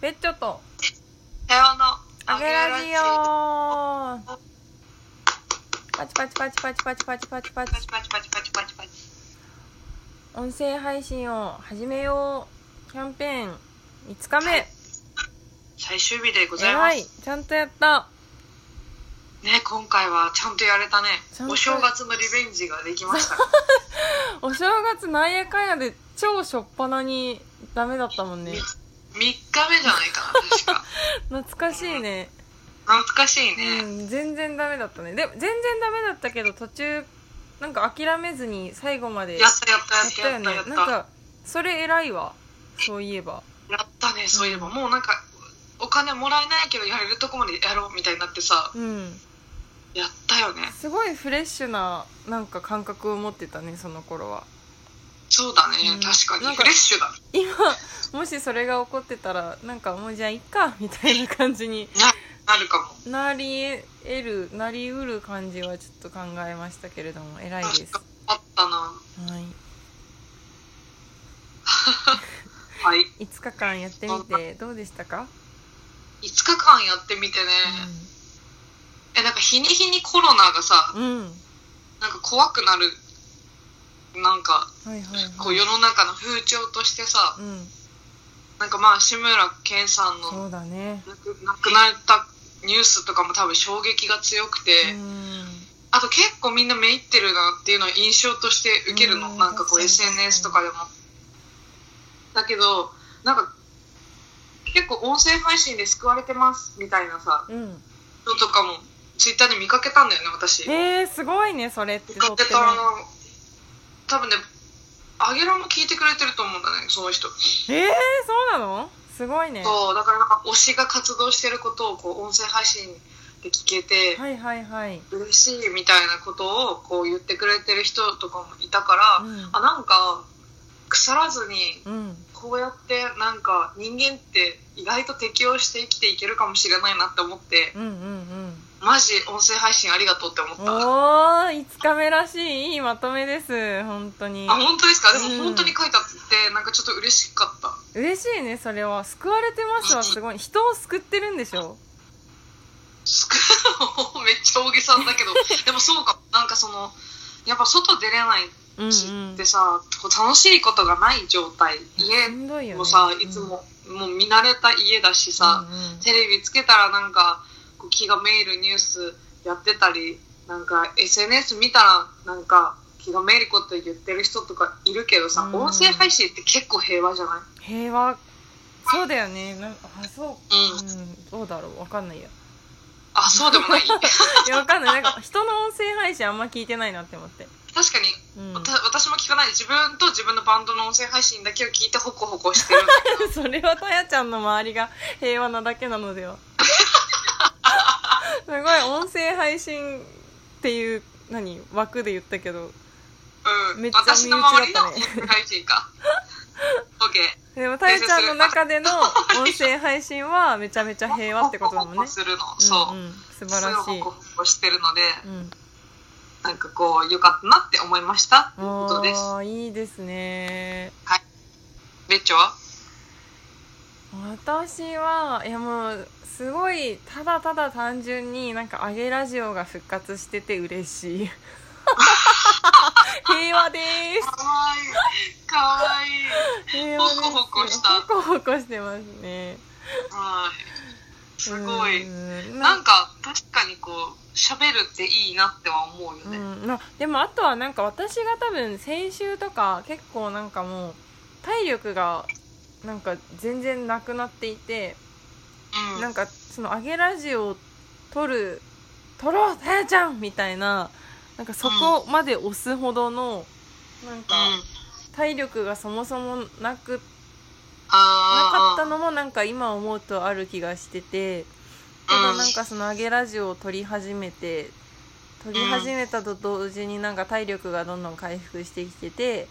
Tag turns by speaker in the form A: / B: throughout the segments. A: ベッチョと
B: さような
A: アゲラジオパチパチパチパチパチパチパチパチ
B: パチパチパチパチパチパチ
A: 音声配信を始めようキャンペーン5日目
B: 最終日でございま
A: 偉い
B: す
A: ちゃんとやった
B: ね今回はちゃんとやれたね
A: ちゃんと
B: お正月のリベンジができました
A: お正月なんやかんやで超しょっぱなにダメだったもんね
B: 3日目じゃないかな確か
A: 懐かしいね
B: 懐かしいね、
A: うん全然ダメだったねでも全然ダメだったけど途中なんか諦めずに最後まで
B: や
A: やっ
B: ったやったやった
A: た
B: や
A: よ
B: っ
A: ね
B: たやった
A: なんかそれ偉いわそういえば
B: やったねそういえば、もうなんかお金もらえないけどやれるとこまでやろうみたいになってさ
A: うん
B: やったよね
A: すごいフレッシュななんか感覚を持ってたねその頃は
B: そうだね、
A: うん
B: 確かに
A: なんか
B: フレッシュだ
A: 今もしそれが起こってたらなんかもうじゃあいっかみたいな感じに
B: なるかも
A: なり得るなりうる感じはちょっと考えましたけれども偉いで
B: 確
A: す
B: かあったな
A: はい
B: はい
A: 5日間やってみてどうでしたか、
B: 5日間やってみてね、えなんか日に日にコロナがさ
A: うん、うん、
B: なんか怖くなるなんか
A: はいはいはい
B: こう世の中の風潮としてさ
A: うん
B: なんかまあ志村けんさん
A: そ
B: の
A: うだね
B: 亡く亡くなったニュースとかも多分衝撃が強くて、
A: うん
B: あと結構みんなめいってるなっていうのを印象として受けるの、
A: うん
B: なんかこ
A: 確か
B: う
A: に
B: SNS とかでもだけどなんか結構音声配信で救われてますみたいなさ
A: うん
B: のとかもツイッターで見かけたんだよね私
A: えー、すごいねそれって
B: 見かけた
A: も
B: 多分ねアゲラも聞いてくれてると思うんだねその人、
A: えー、そうなのすごいねは
B: そうだからなんか推しが活動してることをこう音声配信で聞けて、
A: いはいはい、
B: 嬉しいみたいなことをこう言ってくれてる人とかもいたから、
A: うん
B: あなんか腐らずに
A: うん、
B: こうやってなんか人間って意外と適応して生きていけるかもしれないなって思って
A: うんうんうん
B: マジ音声配信ありがとうって思っ
A: お
B: たあ
A: ー5日目らしいいいまとめです本当に
B: 本当ですかで
A: うん
B: も本当に書いてあってなんかちょっと嬉しかった
A: 嬉しいねそれは救われてますはすごい人を救ってるんでしょ
B: すく めっちゃ大げさだけど でもそうかもなんかそのやっぱ外出れない
A: うんうん
B: しってさ、こう楽しいことがない状態
A: し
B: 家
A: んどいよね
B: もさいつも、もう見慣れた家だしさ、
A: うんうん
B: テレビつけたらなんかこう気がめいるニュースやってたりなんか SNS 見たらなんか気がめいること言ってる人とかいるけどさ、
A: うん
B: 音声配信って結構平和じゃない
A: 平和そうだよねなんかあそう
B: うん、
A: うんどうだろうわかんないや
B: あそうでも ない確
A: いやわかんないなんか人の音声配信あんま聞いてないなって思って
B: かに、
A: うん
B: わた私も聞かない自分と自分のバンドの音声配信だけを聞いてホコホコしてる
A: それはたやちゃんの周りが平和なだけなの ではすごい音声配信っていう何枠で言ったけど
B: うん
A: めっちゃ
B: 私の周りの
A: 身
B: 音
A: 内だったね
B: 声配信か OK
A: でもたやちゃんの中 での音声配信はめちゃめちゃ平和ってことだもん
B: ホコホ
A: ね
B: コするの、そ
A: う
B: う、
A: んうん、素晴
B: す
A: らし
B: ごい
A: い
B: ホコホコしてるので、
A: うん
B: なんかこう良かったなって思いましたということです
A: あーいいですね
B: ベッチョは
A: 私はいやもうすごいただただ単純になんか「あげラジオ」が復活してて嬉し い平和で
B: かわいい。かわいい。
A: す平和です
B: ほこほこした
A: ほこほこしてますね
B: はい。すごい。
A: うん
B: な
A: なん
B: か、確かにこう、喋るっていいなっては思うよ
A: う
B: ね。
A: んなでもあとはなんか私が多分先週とか結構なんかもう体力がなんか全然なくなっていて
B: うん。
A: なんかその「あげラジオ」を撮る「撮ろうさやちゃん!」みたいななんかそこまで押すほどの、なんか
B: うん。
A: 体力がそもそもなくなか
B: あ
A: っ
B: ー
A: たのもなんか今思うとある気がしててただなんかその「あげラジオ」を撮り始めて撮り始めたと同時になんか体力がどんどん回復してきてて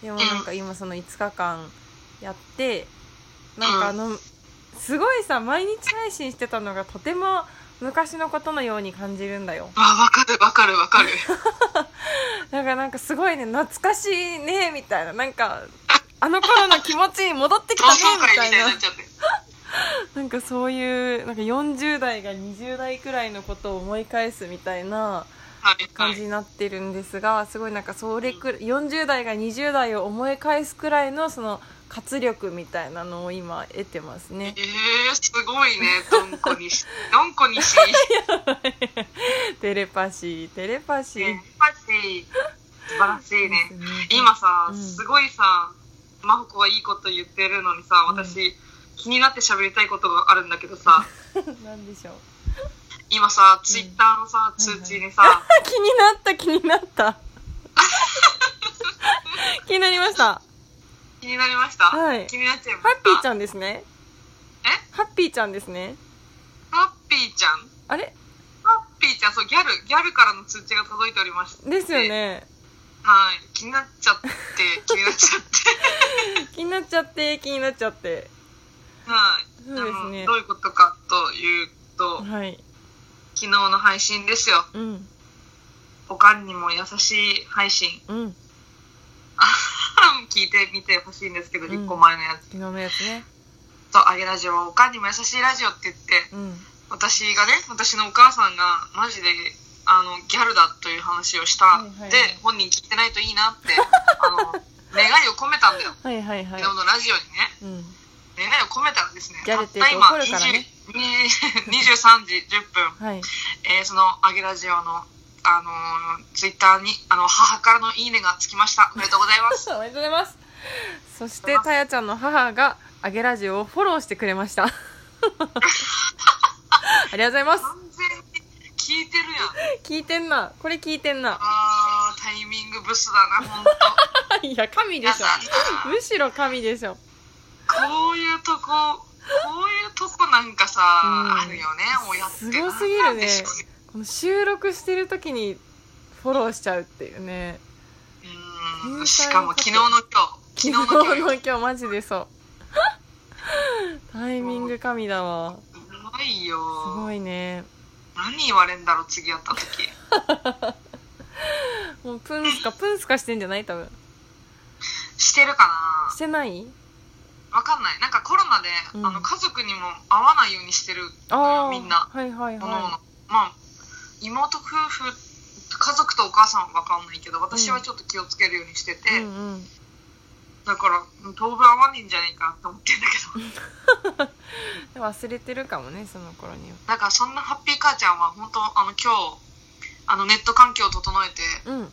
A: でもなんか今その5日間やってなんかあのすごいさ毎日配信してたのがとても昔のことのように感じるんだよ
B: わ、わかるわかるわかる。
A: だからなんかすごいね懐かしいねみたいななんかあの頃の気持ちに戻ってきた
B: 同
A: ね
B: 窓
A: みた
B: 会みた
A: い
B: いに
A: な
B: なっちゃって。
A: なんかそういうなんか40代が20代くらいのことを思い返すみたいな
B: はい
A: 感じになってるんですがすごいなんかそれくらい40代が20代を思い返すくらいのその活力みたいなのを今得てますね
B: え。ー、すごいねどんこにしどんこにし
A: テレパシーテレパシー
B: やっぱし素晴らしいね
A: ですね
B: 今さ、
A: うん
B: すごいさ真帆子はいいこと言ってるのにさ私、気になって喋りたいことがあるんだけど さ
A: なんでしょう
B: 今さツイッターのさ、
A: いはい
B: 通知にさ、
A: 気になった気になった 気になりました
B: 気になりました、
A: はい
B: 気になっちゃいま
A: ハッ
B: した
A: ピーちゃんですね
B: え
A: ハッピーちゃんですね
B: ハッピーちゃん
A: あれ
B: ハッピーちゃんそうギャルギャルからの通知が届いておりまして
A: ですよね
B: はい気になっちゃって気になっちゃって
A: 気になっちゃって気になっちゃって
B: はい。
A: そうですね
B: あのどういうことかというと、
A: はい
B: 昨日の配信ですよ。
A: うん
B: おかんにも優しい配信。
A: うん
B: 聞いてみてほしいんですけど、
A: うん
B: 1個前のやつ。
A: 昨日のやつね
B: と、あげラジオはおかんにも優しいラジオって言って、
A: うん
B: 私がね、私のお母さんがマジで、あの、ギャルだという話をした。
A: はいはいはい
B: で、本人聞いてないといいなって、あの、願いを込めたんだよ。
A: はいはいはい
B: 昨日のラジオにね。
A: うん
B: 願いを込めたらですね、
A: ギャルって
B: たった今、
A: 怒るからね
B: 20 23時10分。
A: はい
B: えーその「あげラジオの」あのーツイッターにあの母からの「いいね」がつきましたおめでとうございま す
A: おめでとうございますそしてたやちゃんの母があげラジオをフォローしてくれま したありがとうございます
B: 完全に聞いてるやん
A: 聞いてんなこれ聞いてんな
B: あータイミングブスだな本当
A: いや神で
B: 皆
A: し
B: さん
A: ょむしろ神でしょ
B: こういうとここういうとこなんかさ、
A: うん
B: あるよね親って
A: すごすぎるね
B: なんでしょう
A: この収録してる時にフォローしちゃうっていうね
B: うーんしかも昨日の今日昨日 の
A: 昨日
B: 今日
A: の今日マジで そうタイミング神だわ
B: すごい
A: す
B: よ
A: ごいね
B: 何言われんだろう次会った時
A: もうプンスカプンスカしてんじゃない多分
B: してるかな
A: してない
B: わかんないなんかコロナで、
A: うん
B: あの家族にも会わないようにしてる
A: ああ
B: みんな
A: はいはい
B: おのおの
A: は
B: まあ妹夫婦家族とお母さんはわかんないけど私はちょっと気をつけるようにしてて、
A: いうんうん
B: だから当分会わねえんじゃないかと思ってんだけ ど
A: でも忘れてるかもねその頃には
B: だからそんなハッピー母ちゃんは本当あの今日あのネット環境を整えて
A: うん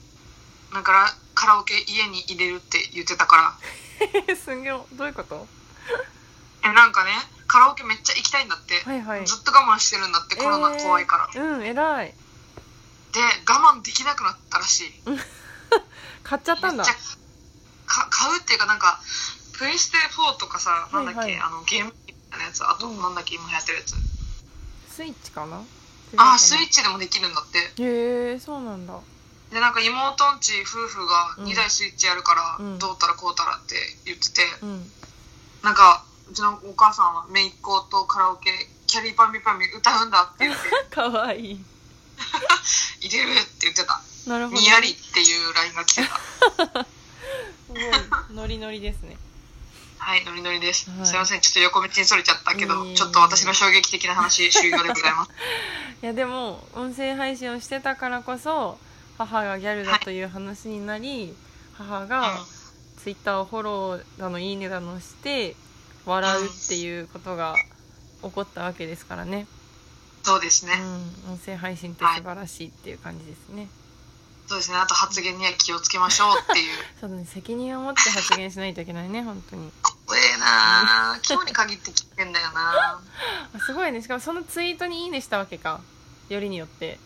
B: なんかラカラオケ家に入れるって言ってたか
A: え すんげえどういうこと
B: らえなんかねカラオケめっちゃ行きたいんだって、
A: はいはい
B: ずっと我慢してるんだってコロナ怖いから、
A: えーうん偉い
B: で我慢できなくなったらしい
A: 買っちゃったんだ
B: めっちゃか買うっていうかなんかプレステ4とかさなんだっけ、
A: はいはい
B: あのゲーム機みたいなやつあと
A: うん
B: なんだっけ今流行ってるやつ、
A: スイッチかな
B: ああスイ
A: チ
B: ッチでもできるんだって
A: へえそうなんだ
B: でなんか妹んち夫婦
A: う
B: が
A: ん
B: 2台スイッチやるから、
A: うん
B: どうたらこうたらって言ってて、
A: うん
B: なんかうちのお母さんは姪っ子とカラオケキャリーパンピパンピ歌うんだって 言って
A: かわいい
B: 入れるって言ってた
A: なるほど
B: にやりっていう LINE が来てた
A: すごいノリノリですね
B: はいノリノリです、
A: はい
B: すいませんちょっと横道にそれちゃったけど、
A: いえいえ
B: ちょっと私の衝撃的な話終了でござい ます
A: いやでも音声配信をしてたからこそ母がギャルだという話になり、母がツイッターをフォローだのいいねだのして笑うっていうことが起こったわけですからね、
B: そうですね、
A: うん、音声配信って素晴らしいっていう感じですね、
B: そうですね。あと発言には気をつけましょうっていう。
A: そうだね責任を持って発言しないといけないね本当に
B: 怖えなあ今日に限って聞いてんだよな
A: あすごいねしかもそのツイートに「いいね」したわけかよりによって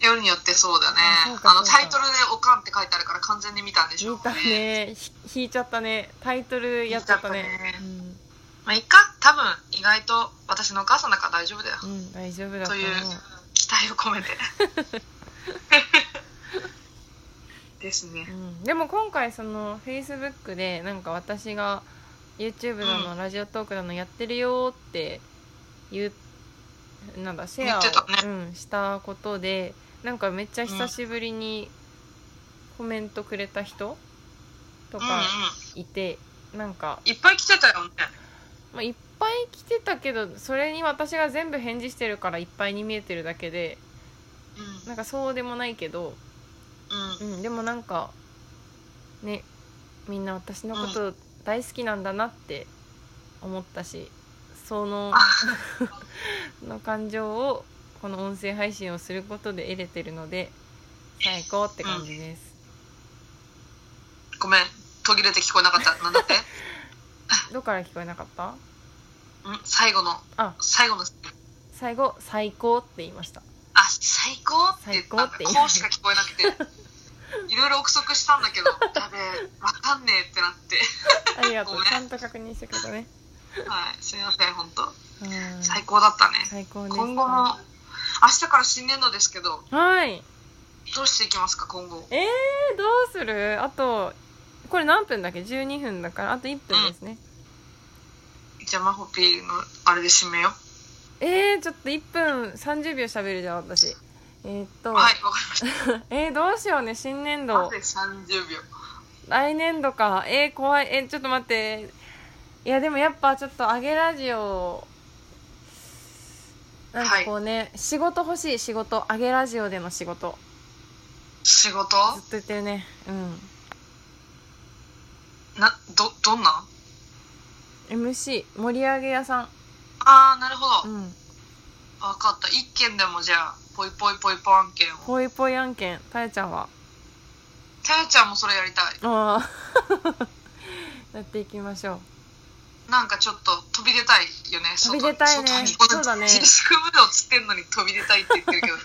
B: 夜によってそうだね
A: あそう。か
B: あの
A: そうか
B: タイトルで「おかん」って書いてあるから完全に見たんでしょ
A: 見
B: う
A: たねひ引いちゃったねタイトルやっちゃったね
B: 引いちゃった
A: うん
B: まあいっか多分意外と私のお母さんだから大丈夫だよ、
A: うん、大丈夫だと
B: と
A: 思
B: いう
A: う
B: 期待を込めてです
A: う
B: ね
A: ん、でも今回そのフェイスブックでなんか私が YouTube だの、
B: うん
A: ラジオトークだのやってるよって言うなんだシェアを、
B: 言ってた
A: うん、したことでなんかめっちゃ久しぶりにコメントくれた人と
B: うんうん
A: かいて、なんか、
B: いっぱい来てたよね
A: まあ、いっぱい来てたけどそれに私が全部返事してるからいっぱいに見えてるだけで
B: う
A: なんかそうでもないけど、
B: んうん
A: うん、でもなんかねみんな私のこと大好きなんだなって思ったしその の感情をこの音声配信をすることで得れてるので最高って感じです。
B: ごめん途切れて聞こえなかったなんだ ってん
A: どこから聞こえなかった
B: 最後の
A: あ
B: 最後の
A: 最後「最高」って言いました
B: あ最高って言ったん
A: 最
B: だ
A: 高って言う
B: こうしか聞こえな くていろいろ憶測したんだけどやべえわかんねえってなって
A: ありがと
B: ご
A: う
B: めん
A: ちゃんと確認してくれたね
B: はいすいません本当
A: うん
B: 最高だったね
A: 最高です
B: 今後も明日から新年度ですけど
A: はい
B: どうしていきますか今後
A: えー、どうするあとこれ何分だっけ12分だからあと1分ですね、
B: じゃあマホピーのあれで締めよう
A: えー、ちょっと1分30秒喋るじゃん私えーっと、
B: はいわかりました
A: えー、どうしようね新年
B: な
A: 度
B: ぜ30秒
A: 来年度かえー、怖いえー、ちょっと待っていやでもやっぱちょっと「あげラジオ」なんかこうね、仕事欲しい仕事「あげラジオ」での仕事
B: 仕事
A: ずっと言ってるねうん
B: などどんな
A: MC 盛り上げ屋さん
B: ああなるほ
A: う
B: ど
A: ん
B: 分かった一件でもじゃあぽいぽいぽいぽ案件を
A: ぽいぽい案件たえちゃんは
B: たやちゃんもそれやりたい
A: ああ やっていきましょう
B: なんかちょっと飛び出たいよね
A: 飛び出たいね
B: 外にこ
A: そうだね
B: 自粛ムードつってんのに飛び出たいって言ってる けど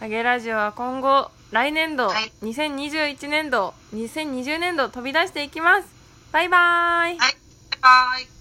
A: あげラジオは今後来年度、
B: はい
A: 2021年度2020年度飛び出していきますバイバーイ
B: はいバイバイ